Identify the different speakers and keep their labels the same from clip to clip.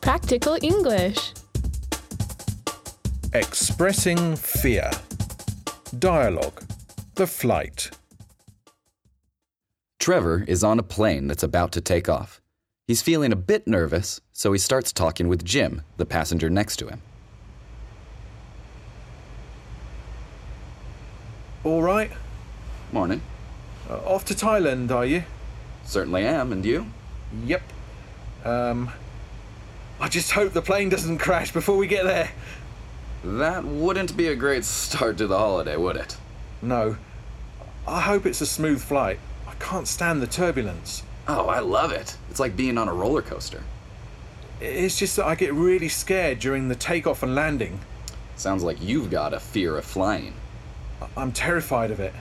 Speaker 1: Practical English.
Speaker 2: Expressing fear. Dialogue. The flight.
Speaker 3: Trevor is on a plane that's about to take off. He's feeling a bit nervous, so he starts talking with Jim, the passenger next to him.
Speaker 2: All right.
Speaker 3: Morning.
Speaker 2: Uh, off to Thailand, are you?
Speaker 3: Certainly am, and you?
Speaker 2: Yep. Um, I just hope the plane doesn't crash before we get there.
Speaker 3: That wouldn't be a great start to the holiday, would it?
Speaker 2: No. I hope it's a smooth flight. I can't stand the turbulence.
Speaker 3: Oh, I love it. It's like being on a roller coaster.
Speaker 2: It's just that I get really scared during the takeoff and landing.
Speaker 3: Sounds like you've got a fear of flying.
Speaker 2: I- I'm terrified of it.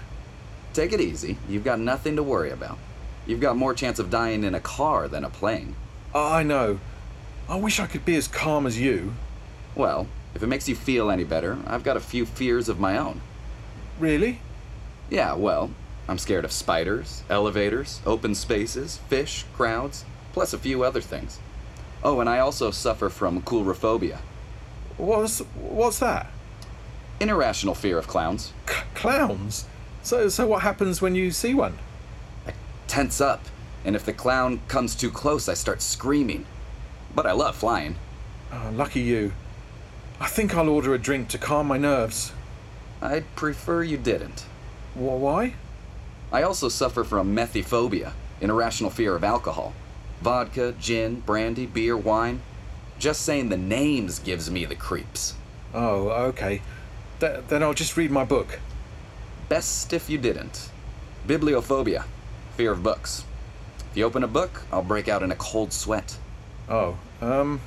Speaker 3: Take it easy. You've got nothing to worry about. You've got more chance of dying in a car than a plane.
Speaker 2: I I know. I wish I could be as calm as you.
Speaker 3: Well, if it makes you feel any better, I've got a few fears of my own.
Speaker 2: Really?
Speaker 3: Yeah, well, I'm scared of spiders, elevators, open spaces, fish, crowds, plus a few other things. Oh, and I also suffer from coulrophobia,
Speaker 2: What's what's that?
Speaker 3: an irrational fear of clowns.
Speaker 2: C- clowns. So so what happens when you see one?
Speaker 3: I tense up, and if the clown comes too close, I start screaming. But I love flying.
Speaker 2: Oh, lucky you. I think I'll order a drink to calm my nerves.
Speaker 3: I'd prefer you didn't.
Speaker 2: Wh- why?
Speaker 3: I also suffer from methophobia, an irrational fear of alcohol. Vodka, gin, brandy, beer, wine. Just saying the names gives me the creeps.
Speaker 2: Oh, okay. Th- then I'll just read my book.
Speaker 3: Best if you didn't. Bibliophobia, fear of books. If you open a book, I'll break out in a cold sweat.
Speaker 2: Oh, um.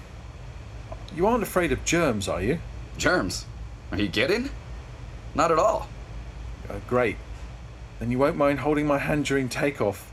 Speaker 2: You aren't afraid of germs, are you?
Speaker 3: Germs. Are you kidding? Not at all.
Speaker 2: Uh, great. Then you won't mind holding my hand during takeoff.